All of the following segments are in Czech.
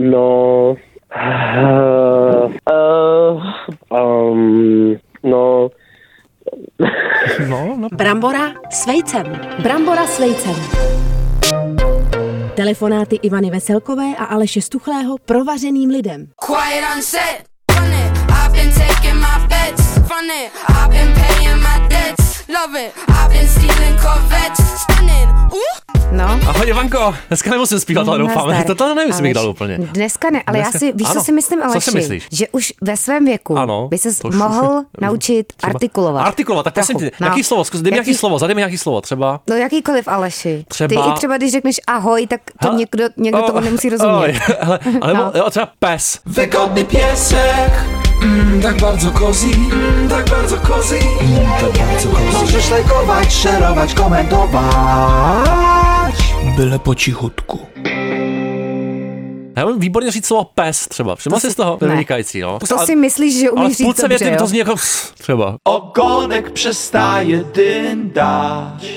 No, uh, uh, um, no, No, no. Brambora s vejcem. Brambora s vejcem. Telefonáty Ivany Veselkové a Aleše Stuchlého provařeným lidem. Quiet on set. Run it. I've been taking my bets. Run it. I've been paying my debts. Love it. I've been stealing Corvettes. Stunning. Ooh. No. Ahoj, Ivanko, dneska nemusím zpívat, ale doufám. Nazdar. To, to nevím, jestli bych dal Aleš, úplně. Dneska ne, ale Dneska- já si, víš, ano. co si myslím, Co si Aleši? myslíš? Že už ve svém věku Ano, by to ses už- mohl naučit artikulovat. Artikulovat, tak prosím Trochu. tě, jaký slovo, zkus, dej mi nějaký slovo, zadej mi nějaký slovo, třeba. No jakýkoliv, Aleši. Třeba- Ty i třeba, když řekneš ahoj, tak to Hele, někdo, někdo o, tomu nemusí oj, rozumět. oh, hele, ale No. no. jo, třeba pes. Wygodny piesek mm, Tak bardzo kozi mm, Tak bardzo kozi mm, Tak bardzo kozi Możesz lajkować, szerować, komentować Byle po cichutku Já mám výborně říct slovo pes třeba. Všimla jsi z toho? To je ne. vynikající, no. To Ale- si myslíš, že ale umíš v říct půlce dobře, věty jo? to zní jako "Ps", třeba. Ogonek przestaje dyndać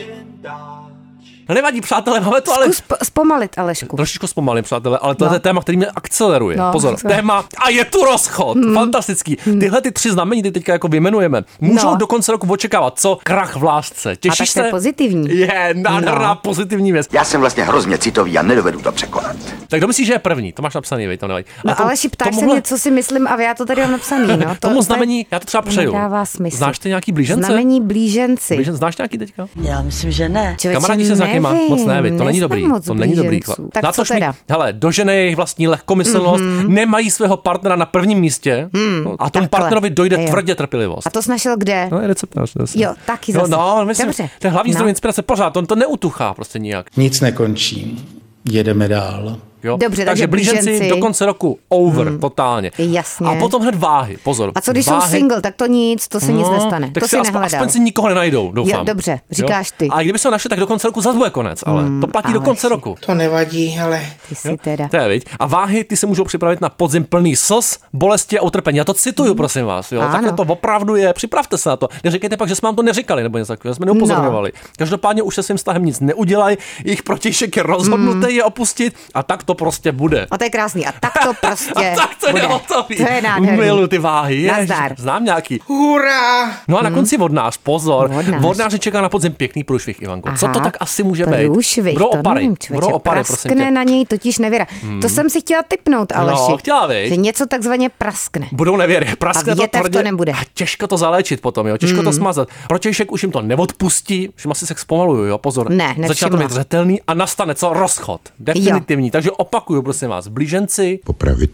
No nevadí, přátelé, máme to ale No, Zkus po- zpomalit, Alešku. trošičku zpomalím, přátelé, ale to No. je téma, který mě akceleruje. No, Hmm. Pozor, tak to- téma a je tu rozchod. Fantastický. Tyhle ty tři znamení, ty teďka jako vyjmenujeme, můžou No. do konce roku očekávat, co krach v lásce. Těšíš tak to se? je pozitivní. Je, nádherná No. pozitivní věc. Já jsem vlastně hrozně citový a nedovedu to překonat. Tak kdo myslíš, že je první? To máš napsaný, vej, to nevadí. A No, to- Aleši, ptáš se tomuhle- mě, co si myslím a já to tady mám napsaný. No. To, Tomu to znamení, já to třeba přeju. nedává smysl. Znáš ty nějaký blížence? Znamení blíženci. Blížen, znáš nějaký teďka? Já myslím, že ne. Člověče, Kamarádi se s nějakýma nevím, moc neví, to není neznám dobrý, moc to není dobrý. blíženců. chlap. Tak co mít- teda? Mhm. hele, dožene jejich vlastní lehkomyslnost, nemají svého partnera na prvním místě no, a tomu Hmm, takhle. partnerovi dojde Jo. tvrdě trpělivost. A to jsi našel kde? No, je receptář. jasně. Jo, taky No, zase. no, myslím, Dobře. to je hlavní No. zdroj inspirace pořád, on to neutuchá prostě nijak. Nic nekončí. Jedeme dál. Jo? Dobře, takže takže blíženci blíženci. Hmm. do konce roku over, totálně. Jasně. A potom hned váhy, pozor. A co když váhy, No, jsou single, tak to nic, to se nic nestane. Tak To si aspoň, nehledal. aspoň si nikoho nenajdou, doufám. Jo, dobře, říkáš ty. Hmm, A kdyby se ho našli, tak do konce roku zase bude konec, ale to platí do ale konce si- roku. To nevadí, ale Ty jsi teda. To je, viď? A váhy ty se můžou připravit na podzim plný slz, bolesti a utrpení. Já to cituju, prosím vás. Jo? Mhm. Ano. Takhle to opravdu je. Připravte se na to. Neříkejte pak, že jsme vám to neříkali nebo něco takového. Jsme No. neupozorňovali. Každopádně už se svým vztahem nic neudělají, jejich protějšek je rozhodnutý je opustit a tak to prostě bude. Mm. A to je krásný. A tak to prostě A tak to bude. je hotový. To je nádherný. Milu ty váhy. Ježiš, Nazdar. hm? znám nějaký. hurá! No a na konci vodnář, pozor. Vodnář. Vodnáře čeká na podzim pěkný průšvih, Ivanko. Co Aha, to tak asi může být? průšvih, Budou to opary. nevím, člověče, Budou opary, prosím praskne tě. Hmm. na něj totiž nevěra. To jsem si chtěla typnout, Aleši. No, chtěla, viď? Že něco takzvaně praskne. Budou nevěry, praskne A to větev tvrdě. to nebude. Hmm. A těžko to zaléčit potom, jo, těžko to smazat. Protějšek už jim to neodpustí, všimla si se zpomaluju, jo, pozor. Ne, Začíná to nevšimla. být zřetelný a nastane co? Rozchod. Definitivní. Takže opakuju, prosím vás, blíženci, Popravit,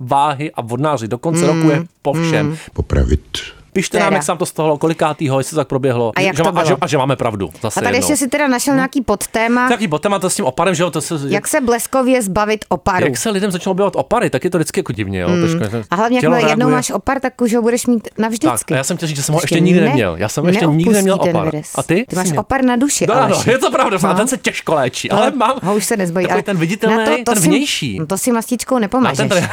váhy a vodnáři do konce roku je po všem. popravit. Pište nám, Hmm. Teda. jak se vám to stalo, kolikátýho, jestli to tak proběhlo. A jak že, to má- a, že, bylo? a že, máme pravdu. Zase A tady jednou. No. ještě si teda našel nějaký podtéma, Taký botem a to s tím oparem, že jo, to se... jak se bleskově zbavit oparu. jak se lidem začalo objevovat opary, tak je to vždycky jako divně, jo. trošku- Hmm. A hlavně, tělo jakmile jednou reaguje. máš opar, tak už ho budeš mít Tak, navždycky. a já jsem chtěl říct, že jsem ho ještě nikdy ne- neměl. Já jsem ještě nikdy neměl neopustí ten opar. virus. A ty? Ty máš Jsi měl. opar na duši, No, ano, Aleši. je to pravda, no. No. ten se těžko léčí, ale mám Ho už se nezbojí. takový ale ten viditelný, na ten si- vnější. no to si mastičkou Na nepomažeš. ten-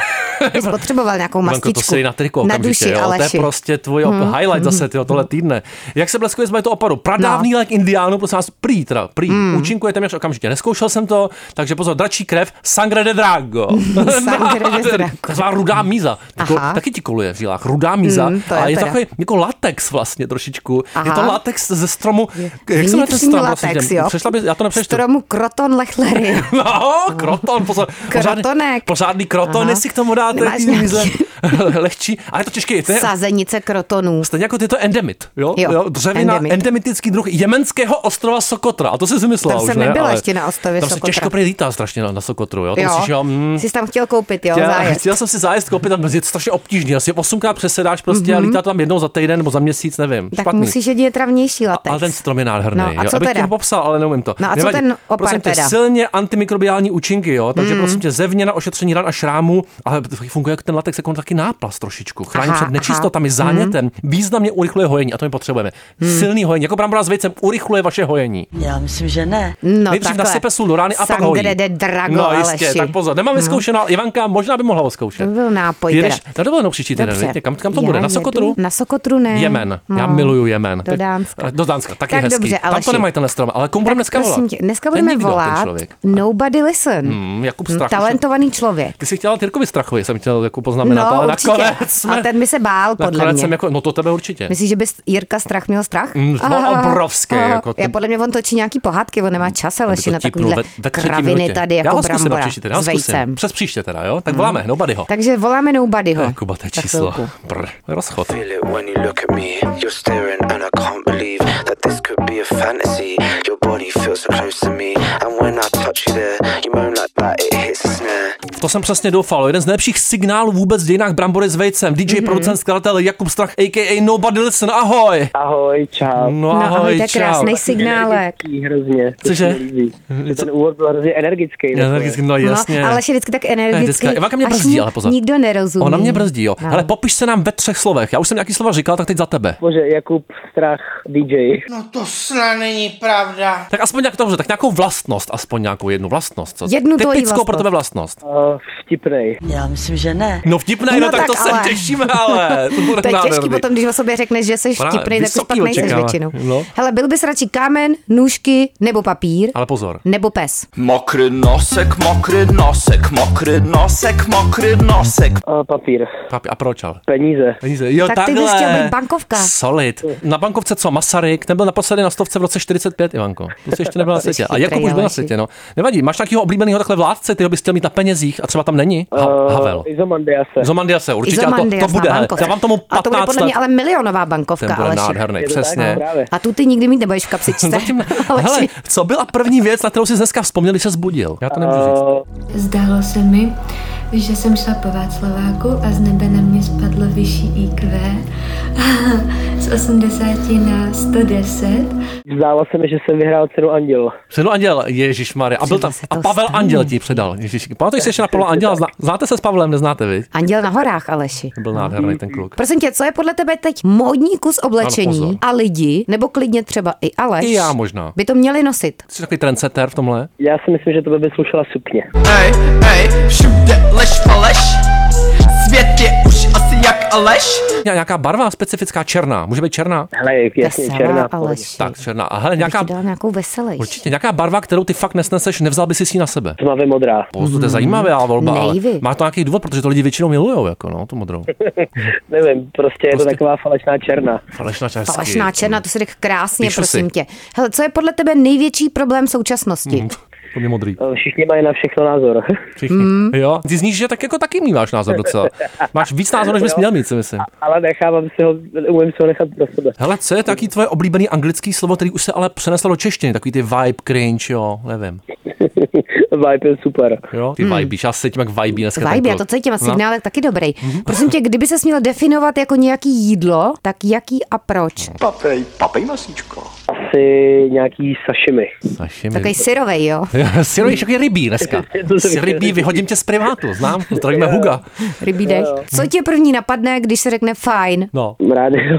Ty jsi potřeboval nějakou Ivanko, to mastičku. se na triko na okamžitě, duši, jo. To je Aleši. Mhm. prostě tvůj hmm. highlight zase tyjo, tohle týdne. Jak se bleskuje zbavit to opadu? Pradávný No. lék indiánů, prosím vás, prý, teda, prý. Mhm. Účinkuje téměř okamžitě. Neskoušel jsem to, takže pozor, dračí krev, sangre de drago. Sangre de drago. Taková rudá míza. Tako, Aha. taky ti koluje v žilách, rudá míza. Mm, to je a je teda. takový jako latex vlastně trošičku. Je to Aha. latex ze stromu. Jak se jmenuje ten Vnitřní strom? prosím latex, tě? jo. Přešla by, já to nepřečtu. Stromu kroton lechlery. No, kroton, pozor. pořádný- Krotonek. Pořádný kroton, Aha. jestli k tomu dáte Nemáš ty nějaký? míze. lehčí, ale je to těžké. To je, Sazenice krotonů. Stejně jako ty je to endemit, jo? Jo, jo dřevina, endemit. endemitický druh jemenského ostrova Sokotra. A to si zmyslela Tam už, jsem ne? nebyla Ale ještě na ostrově Tam Sokotra. se těžko prý lítá strašně na, na Sokotru, jo? To Jo, Musíš, jo mm, jsi tam chtěl koupit, jo, chtěl, zájezd. chtěl, jsem si zájezd koupit, tam je to strašně obtížný. Asi osmkrát přesedáš prostě a lítá to tam jednou za týden nebo za měsíc, nevím. Mhm. Tak špatný. musíš jedině travnější latex. Ale ten strom je nádherný. No, a jo. co Abych teda? to popsal, ale neumím to. No, a co Nevadí. ten opar prosím tě, teda? Hmm. silně antimikrobiální účinky, jo. Takže prosím tě, zevně na ošetření ran a šrámů, ale funguje jako ten latex jako taky náplast trošičku. Chrání Aha, před aha. Hmm. nečistotami, zánětem. významně urychluje hojení a to my potřebujeme. Hmm. Silný hojení, jako brambora s vejcem, urychluje vaše hojení. Já myslím, že ne. No, Nejdřív takhle. nasype sůl do rány a pak Sangre hojí. de drago, no jistě, Aleši. tak pozor, nemám vyzkoušeno, ale Ivanka možná by mohla To odzkoušet. byl nápoj Ty jdeš teda. na dovolenou příští týden, Dobře. víte, kam, kam to Já bude? Na jedu- Sokotru? Na Sokotru ne. Jemen. Já No. miluju Jemen. Do Dánska. Do Dánska, taky Tak hezký. dobře, Tam Aleši. to nemají tenhle strom, ale komu budeme dneska volat? Prosím tě, dneska budeme Není nikdo, ten volat Hmm, člověk. Nobody Listen. Mm, Jakub Strach. Talentovaný člověk. Ty jsi chtěla Tyrkovi Strachovi, jsem chtěl jako poznamenat, ale No, určitě. nakonec jsme... A ten by se bál, podle nakonec mě. jsem jako, no to tebe určitě. Myslíš, že by Jirka Strach měl strach? Mm, no, obrovský, jako Já ten- podle mě on točí nějaký pohádky, on nemá čas, ale To na tipnul takovýhle třetí kraviny minutě. tady já jako ho zkusím na brambora příště, já ho s zkusím. vejcem. Hmm. Přes příště teda, jo? Tak voláme, nobodyho. Takže voláme Nobodyho. Eh, Kuba, to je Za číslo. chvilku. Prr, rozchod. feel it when you look at me. You're staring, and I can't believe that this could be a fantasy. Your body feels so close to me, and when I touch you there, you moan like that, it hits a snare. V to jsem přesně doufal. Jeden z nejlepších signálů vůbec v dějinách Brambory s vejcem. DJ, Mhm. mm-hmm. producent, skladatel Jakub Strach, a.k.a. Nobody Listen. Ahoj! Ahoj, čau. No No ahoj, ahoj, to je čau. krásný signálek. Energický Hrozně. To Cože? se mi líbí. Ten úvod byl hrozně energický. takové. Energicky, no jasně. No, ale je vždycky tak energický. Vždycky. Ivanka mě až brzdí, mu ale pozor. Nikdo nerozumí. Ona mě brzdí, jo. No. Hele, popiš se nám ve třech slovech. Já už jsem nějaký slova říkal, tak teď za tebe. Bože, Jakub, strach, DJ. No to snad není pravda. Tak aspoň nějak dobře, tak nějakou vlastnost, aspoň nějakou jednu vlastnost. Co? Jednu tvoji Typickou pro vlastnost. tebe vlastnost. Uh, vtipnej. Já myslím, že ne. No vtipnej, no, No tak, tak to ale. se těšíme, ale. To, bude To je těžký nádherný. potom, když o sobě řekneš, že jsi Právě, vtipný, tak už pak vysoký nejseš očekávání. většinou. No. Hele, byl bys radši kámen, nůžky nebo papír? Ale pozor. Nebo pes. Mokrý nosek, mokrý nosek, mokrý nosek, mokrý nosek. Uh, papír. Papi, a proč ale? Peníze. Peníze. Jo, Tak ty No takhle. bys chtěl být bankovka. Solid. Na bankovce co? Masaryk, ten byl naposledy na stovce v roce 45, Ivanko. To jsi ještě nebyl na světě. A chytrý, Jakub už byl na Aleši. světě, no. Nevadí, máš nějakého oblíbeného takhle vládce, ty ho bys chtěl mít na penězích a třeba tam není? Ha- Eh, Havel. Eh, Izomandiase. Zomandia se určitě, ale to, Izomandias to bude. na hele. bankovce. Já vám tomu A to 15 bude podle let. mě ale milionová Ten bankovka, bude Aleši. nádherný, Je to tak, přesně. no, právě. A tu ty nikdy mít nebudeš v kapsičce. Zatím ne. Aleši. Hele, co byla první věc, na kterou jsi dneska vzpomněl, když se zbudil? Já to nemůžu Eh, říct. Uh, Zdálo se mi, že jsem šla po Václaváku a z nebe na mě spadlo vyšší IQ z 80 na 110. zdálo se mi, že jsem vyhrál cenu Anděl. Přenu Anděl, Ježíš Maria. A byl tam. se A to Pavel stane. Anděl ti předal. Ježíš. Pamatuješ se ještě na Pavla Anděla? Zna- Znáte se s Pavlem, neznáte vy? Anděl na horách, Aleši. Byl nádherný ten kluk. Prosím tě, co je podle tebe teď módní kus oblečení Ano, pozor. a lidi, nebo klidně třeba i Aleš, I já možná. by to měli nosit? Jsi takový trendsetter v tomhle? Já si myslím, že to by slušela sukně. Ej, ej, všude lež faleš. Svět je už asi jak Aleš. Ně- Nějaká barva specifická, černá. Může být černá? Hele, jasně, Veselá, černá. v pohodě. Aleši. Tak, černá. A hele, Nějaká... nějaká, Bych ti dala nějakou veselejší. určitě, nějaká barva, kterou ty fakt nesneseš, nevzal by si ji na sebe. Tmavě modrá. Pozor, to je zajímavá volba, ale Nejvy. má to nějaký důvod, protože to lidi většinou milujou, jako no, tu modrou. Nevím, prostě je to Prostě- taková falešná černa. Falešná černá. Falešná černa, to se řekl krásně, Píšu prosím si. tě. Hele, co je podle tebe největší problém současnosti? Mhm. To mě modrý. Eh, Všichni mají na všechno názor. Všichni. Mm. Jo, ty zníš, že tak jako taky míváš názor docela. Máš víc názorů, než bys měl mít, si myslím. Ale nechávám si ho, umím si ho nechat pro sebe. Hele, co je taky tvoje oblíbený anglický slovo, který už se ale přeneslo do češtiny? Takový ty vibe cringe, jo, nevím. Vibe je super. Jo? Ty hmm. vibíš, já se cítím jak vibí dneska. ten Vibe, já kluk. No. to cítím a signál je taky dobrý. Prosím tě, kdyby se měl definovat jako nějaký jídlo, tak jaký a proč? Mhm. Papej, papej masíčko. Asi nějaký sashimi. No, naši mi- Takový syrovej, jo? Sirojíš jaký rybí dneska. To jsem Si rybí, chtěl vyhodím tě z privátu, znám. Zdravíme Huga. Rybí dech. Co tě první napadne, když se řekne fajn? No, Rádio.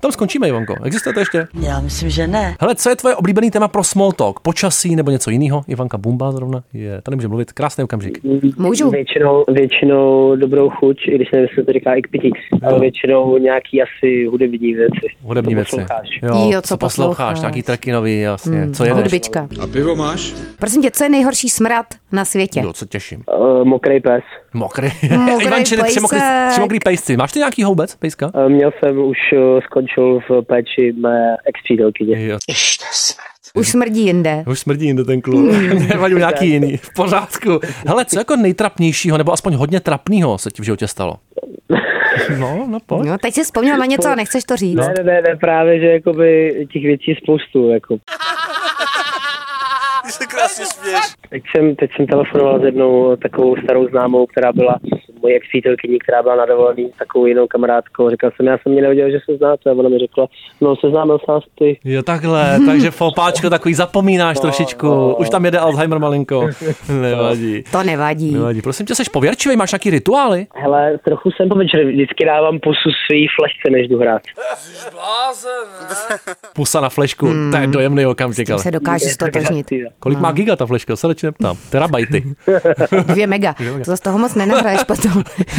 tam skončíme, Ivanko. Existuje to ještě? Já myslím, že ne. Hele, co je tvoje oblíbený téma pro small talk? Počasí nebo něco jiného? Ivanka Bumba zrovna je. Tady může mluvit. Krásný okamžik. Můžu? Většinou, většinou dobrou chuť, i když nevím, jestli to říká i k pití, ale většinou nějaký asi hudební věci. Hudební To věci. posloucháš. Jo, co posloucháš. Hmm, Nějaký tracky nový, jasně. co jedeš? Hudbička. A pivo máš? Prosím tě, co je nejhorší smrad na světě? Jo, co těším. Eh, Mokrý pes. Mokrý. Mokrý Ivančiny, tři mokrý, pejsek. tři mokrý pejsci. Máš ty nějaký houbec, pejska? Eh, Měl jsem už, eh, skončil v péči mé ex-přítelkyně. Jo, Už smrdí jinde. Už smrdí jinde ten klub. Nevadí nějaký jiný. V pořádku. Hele, co jako nejtrapnějšího, nebo aspoň hodně trapného se ti v životě stalo? No, no pojď. No, teď si vzpomněl na něco a nechceš to říct. Ne, ne, ne, ne, právě, že jakoby těch věcí je spoustu, jako. Teď jsem, teď jsem telefonoval s jednou takovou starou známou, která byla moji ex přítelkyní, která byla na dovolený, s takovou jinou kamarádkou. Říkal jsem, já jsem mě nevěděl, že se znáte. A ona mi řekla, no seznámil jsem vás ty. Jo, takhle, takže fopáčko takový zapomínáš trošičku. Už tam jede Alzheimer malinko. Nevadí. To nevadí. Nevadí. Prosím tě, seš pověrčivý, máš nějaký rituály? Hele, trochu jsem po večer, vždycky dávám pusu svý flešce, než jdu hrát. Pusa na flešku, to je dojemný okamžik. Ale. Se dokáže stotožnit. Kolik má giga ta fleška? Se radši neptám. Terabajty. Dvě mega. To zase toho moc nenahraješ potom.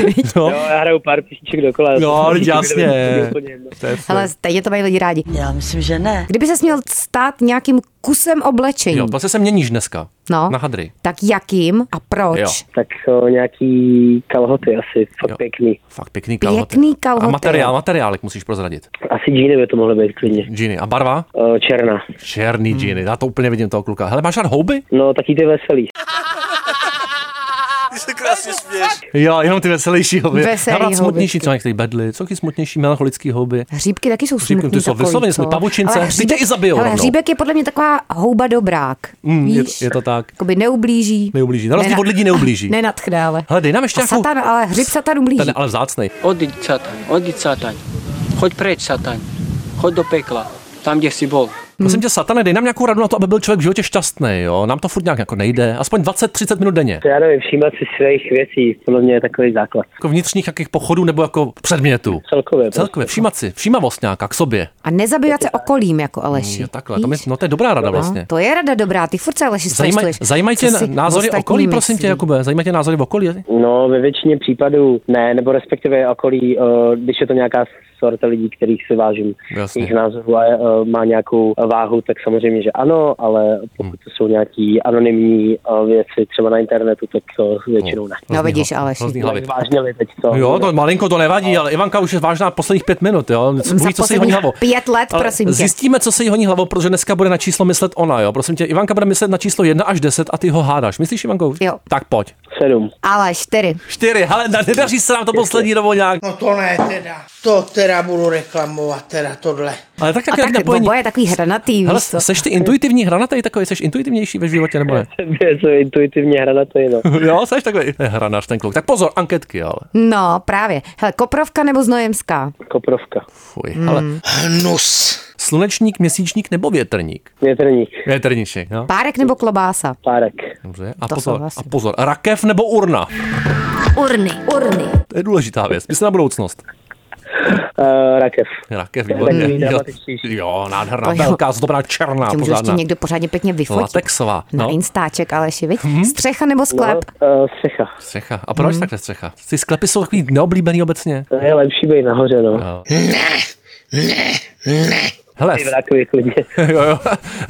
Viď? Jo, No. já hraju pár písniček dokola. Jo, To teď je No, jasně. úplně jedno. To je Ale stejně to mají lidi rádi. Já myslím, že ne. Kdyby se měl stát nějakým kusem oblečení, Jo, vlastně se měníš dneska. no, Na hadry. tak jakým a proč? Jo. Tak o, nějaký kalhoty asi, fakt Jo. pěkný. Fakt pěkný kalhoty. Pěkný kalhoty. A materiál, materiálek musíš prozradit. Asi džíny by to mohlo být klidně. Džíny. A barva? O, černá. Černý hmm. džíny. Já to úplně vidím toho kluka. Hele, máš rád houby? No, taky ty veselý. Jo, jenom ty veselější houby. Veselý Já mám rád smutnější, houbičky. co některý bedly, co ty smutnější melancholický houby. Hříbky taky jsou Hříbky, smutný. ty jsou takový, vysloveně co? smutný. Pavučince, Ale ty tě i zabijou hele, rovnou. hříbek je podle mě taková houba dobrák. Mm, je, Víš? je, to tak. Jakoby neublíží. Neublíží. Na rozdíl Nena- od lidí neublíží. Nenadchne, ale. Hele, dej nám ještě A nějakou... satan, ale hřib Hmm. satan ublíží. Ten je ale vzácnej. Odíď, sataň, odíď, sataň. Choď preč, sataň. Choď do pekla, tam, kde si bol. Prosím tě, satane, dej nám nějakou radu na to, aby byl člověk v životě šťastný, jo? Nám to furt nějak jako nejde. Aspoň 20-30 minut denně. Já nevím, všímat si svých věcí, podle mě je takový základ. Jako vnitřních jakých pochodů nebo jako předmětů. Celkově. prostě. Celkově, všímat si, všímavost nějaká k sobě. A nezabývat se okolím jako Aleši. Mm, Jo, takhle, to mi, no to je dobrá rada vlastně. No, to je rada dobrá, ty furt se Aleši Zajímaj, spojistuješ. zajímají tě Co si názory ostatní okolí, prosím myslí? tě, Jakube, zajímají tě názory v okolí? No, ve většině případů ne, nebo respektive okolí, eh, když je to nějaká sorta lidí, kterých si vážím, Jasně. jejich názorů a eh, má nějakou váhu, tak samozřejmě, že ano, ale pokud to jsou nějaký anonymní eh, věci třeba na internetu, tak eh, většinou ne. No vidíš, Aleš. Hrozný hlavy. Vážně li teď to. Jo, to malinko to nevadí, ale Ivanka už je vážná posledních pět minut, jo. Co- Za Ví, co se jí posledních honí hlavou. pět let, Ale prosím tě. Zjistíme, co se jí honí hlavou, protože dneska bude na číslo myslet ona, jo. Prosím tě, Ivanka bude myslet na číslo 1 až 10 a ty ho hádáš. Myslíš, Ivanko? Jo. Tak pojď. Sedm. Ale čtyři. 4, hele, ne- nedaří se nám to poslední dobu nějak. No to ne teda. To teda budu reklamovat, teda tohle. Ale tak A tak, jak tak napojení. Bobo je takový hranatý, Hele, víš co? seš ty intuitivní hranatý takový, seš intuitivnější ve životě, nebo ne? Je to intuitivně hra na to jinou. jo, seš takový To je hranař ten kluk. Tak pozor, anketky, ale. No, právě. Hele, Koprovka nebo Znojemská? Koprovka. Fuj, ale Hnus. slunečník, měsíčník nebo větrník? Větrník. Větrníček, jo. Párek nebo klobása? Párek. no. Dobře, a To pozor, souhlasím. a pozor, rakev nebo urna? Urny, urny. To je důležitá věc, myslím na budoucnost. Uh, rakev. Rakev, takový výborně. Jo, dramatičtější. jo, nádherná, To jo. velká, zdobná, černá, Tě může ještě pořádná. někdo pořádně pěkně vyfotit. Latexová, Na no. Mhm. instáček, Aleši, viď? Střecha nebo No, sklep? uh, střecha. Střecha. A Hmm. proč takhle střecha? Ty sklepy jsou takový neoblíbený obecně. To je lepší být nahoře, no. Hele, Ty vrákově klidně. jo, jo.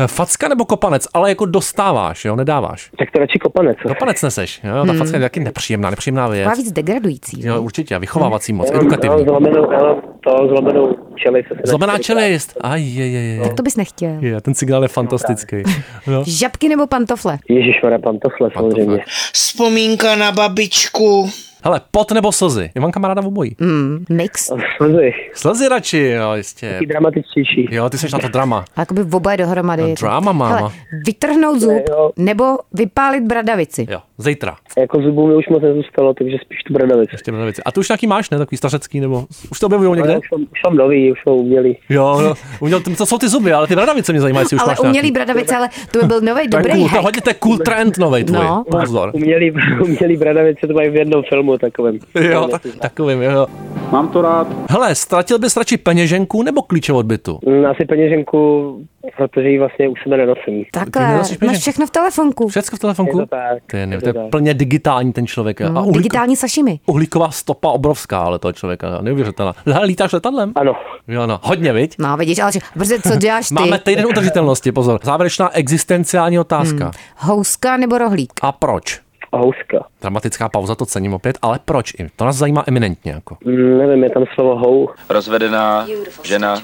facka nebo kopanec, ale jako dostáváš, jo, nedáváš. Tak to radši kopanec. no. co? Kopanec neseš, jo, Hmm. jo, ta facka je taky nepříjemná, nepříjemná věc. Má víc degradující. Jo, určitě, a vychovávací moc, Já mám- já mám edukativní. No, Zlomenou, já mám to zlomenou čeli. co se Zlomená načte. čelist, aj, je, je, je. To bys nechtěl. Je, ten signál je fantastický. No. Žabky nebo pantofle? Ježišmarja, pantofle samozřejmě. Vzpomínka na babičku. Hele, pot nebo slzy? Ivanka má ráda obojí. Mix. Slzy, Slzy radši, jo, jistě. taky dramatičtější. Jo, ty jsi na to drama. A Jakoby v oboje dohromady. No, je to- drama, máma. Hele, vytrhnout zub Jo. nebo vypálit bradavici. Jo, zítra. Jako zubů mi už moc nezůstalo, takže spíš tu bradavici. Ještě mnoho věcí. A ty už nějaký máš, ne? Takový stařecký, nebo už to objevují někde? Ale už, mám, už mám nový, už mám umělý. Jo, no, uměl, to jsou ty zuby, ale ty bradavice mě zajímají, jestli už ale máš umělý nějaký. bradavice, ale to by byl nový To je dobrý cool, to je hack. hodně to je cool trend novej tvůj. No. Pozor. Umělý, umělý bradavice to mají v jednom filmu takovém. Jo, tak, takovým, jo. Mám to rád. Hele, ztratil bys radši peněženku nebo klíče od bytu? Mm, Asi peněženku, protože ji vlastně u sebe nenosím. Takhle, nenosíš peníze. máš všechno v telefonku. Všecko v telefonku? Je to tak, Ty, ne, je to je to tak. plně digitální ten člověk. A uhlíko- No, Digitální sašimi. uhlíková stopa obrovská, ale toho člověka, neuvěřitelná. Hele, lítáš letadlem? Ano, Jo, no, hodně, viď? No, vidíš, ale že- protože co děláš ty? Máme týden udržitelnosti, pozor. Závěrečná existenciální otázka. Hmm. Houska nebo rohlík? A proč? houska. Dramatická pauza, to cením opět, ale proč? I To nás zajímá eminentně. Jako. Mm, Nevím, je tam slovo hou. Rozvedená žena,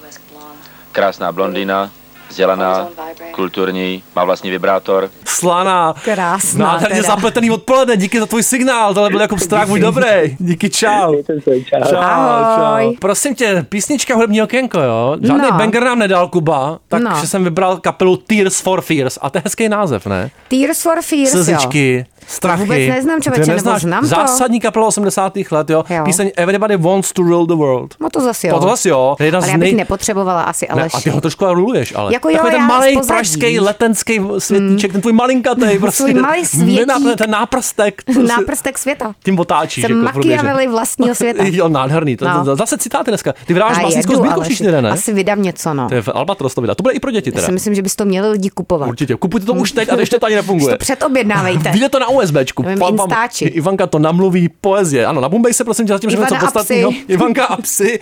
krásná blondýna, vzdělaná, kulturní, má vlastní vibrátor. Slaná, Krásná nádherně teda. zapletený odpoledne, díky za tvůj signál, tohle byl jako strach, buď dobrý, díky, čau. Ten svůj čas. Ahoj. Prosím tě, písnička hudební okénko, jo? Žádný No. banger nám nedal Kuba, takže No. jsem vybral kapelu Tears for Fears a to je hezký název, ne? Tears for Fears, jo. Slzičky, Strachy. Vůbec neznám, Ty člověče, nebo znám to? Zásadní kapela 80. let, jo. Jo. jo. Píseň Everybody Wants to Rule the World. No to zase jo. To zase jo. To je jedna Ale z já bych nej... nepotřebovala asi, Ne, Aleš. a ty ho trošku ruluješ, ale Jako jo, takový ten já Hmm. malý z pozadí. pražský letenský světíček, ten tvůj malinkatý, prostě, malý světík. nenap- ten náprstek, prostě, Náprstek světa. tím otáčíš. Jsem jako průběžně. Machiavelli vlastního světa. Jo, nádherný. To, No. no. Zase citáty dneska. Ty vydáváš A vlastnickou jedu, sbírku Aleši. všichni, ne? Asi vydám něco, no. To je v Albatros to vydá. To bude i pro děti Já Hmm. teda. si myslím, že bys to měli lidi kupovat. Určitě. Kupujte to už teď a ještě to ani nefunguje. Předobjednávejte. Vyjde to na USBčku. Nevím, Instači. Ivanka to namluví poezie. Ano, na Bombay se prosím tě zatím, že Ivana něco a psy. podstatného. Ivanka a psy.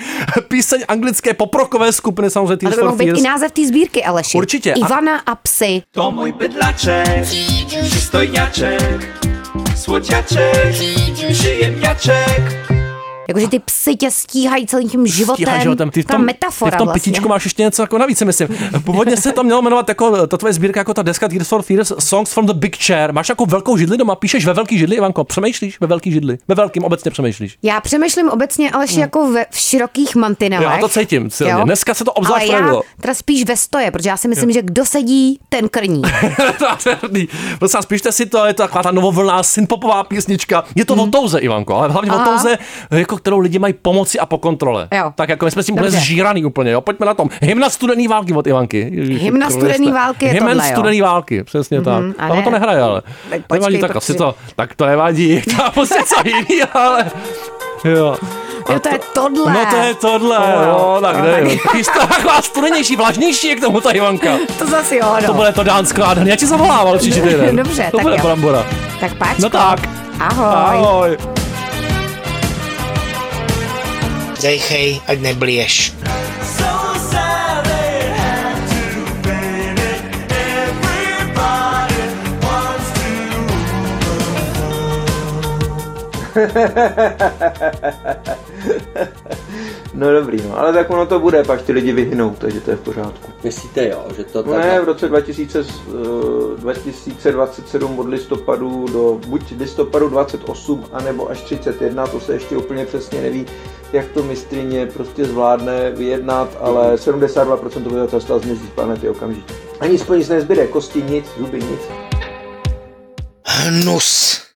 Píseň anglické poprokové skupiny, samozřejmě A Tears to by for mohl být Fears. i název té sbírky, Aleši. Určitě. A- Ivana a psy. To můj bydlaček, přistojňaček, słodziaczek, przyjemniaczek. Jakože ty psy tě stíhají celým tím životem. Stíhají životem. Ty v Ta tom, metafora ty v tom vlastně. pitíčku máš ještě něco jako navíc, si myslím. Původně se to mělo jmenovat jako ta tvoje sbírka, jako ta deska Tears for Fears, Songs from the Big Chair. Máš jako velkou židli doma, píšeš ve velký židli, Ivanko, přemýšlíš ve velký židli, ve velkým obecně přemýšlíš. Já přemýšlím obecně, ale hmm. jako ve, v širokých mantinelech. Já to cítím silně. Jo? Dneska se to obzvlášť Ale já projevilo. teda spíš ve stoje, protože já si myslím, že kdo sedí, ten krní. Nádherný. Prosím, vás, pište si to, je to taková ta novovlná synpopová písnička. Je to o touze, Ivanko, ale hlavně o Mhm. Aha. touze, jako kterou lidi mají pomoci a po kontrole. Jo. Tak jako my jsme s tím byli Dobře. zžíraný úplně, jo. Pojďme na tom. Hymna studený války od Ivanky. Ježiši, Hymna Kriste. studený války je Hymen tohle, jo. studený války, přesně tak. Mhm, a Ale ne. to nehraje, ale. Tak počkej, Nevadí, tak protože- asi to, tak to nevadí. To je prostě co jiný, ale. Jo. Jo, to je tohle. No to je tohle, To jo, jo, tak to nevím. nevadí. Píšte taková studenější, vlažnější je k tomu ta Ivanka. To zase jo, no. To bude to dánsko nádherný. Já ti zavolám, ale příští týden. Dobře, to tak bude jo. brambora. Tak páčko. No tak. Ahoj. Ahoj. Dejchej, ať nebliješ. No dobrý, no, ale tak ono to bude, pak ty lidi vyhynou, takže to je v pořádku. Myslíte jo, že to tak- Ne, v roce 2000, eh, 2027 od listopadu do buď listopadu 28, anebo až 31, to se ještě úplně přesně neví, jak to mistrině prostě zvládne vyjednat, ale 72% obyvatelstva zmizí z planety okamžitě. Ani spolu nic nezbyde, kosti nic, zuby nic. Hnus.